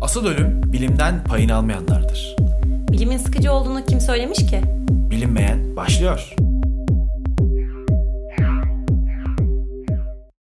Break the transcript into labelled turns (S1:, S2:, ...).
S1: Asıl ölüm bilimden payını almayanlardır.
S2: Bilimin sıkıcı olduğunu kim söylemiş ki?
S1: Bilinmeyen başlıyor.